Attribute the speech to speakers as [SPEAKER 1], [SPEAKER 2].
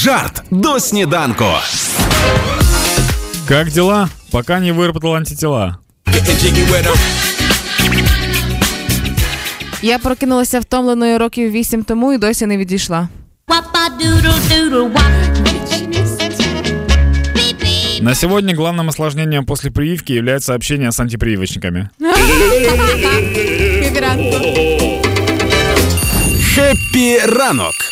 [SPEAKER 1] Жарт до сніданку.
[SPEAKER 2] Как дела? Пока не выработал антитела.
[SPEAKER 3] Я прокинулася втомленою років вісім тому і досі не відійшла.
[SPEAKER 2] На сегодня главным осложнением после прививки является общение с антипрививочниками.
[SPEAKER 3] Квітранку.
[SPEAKER 1] Хеппі ранок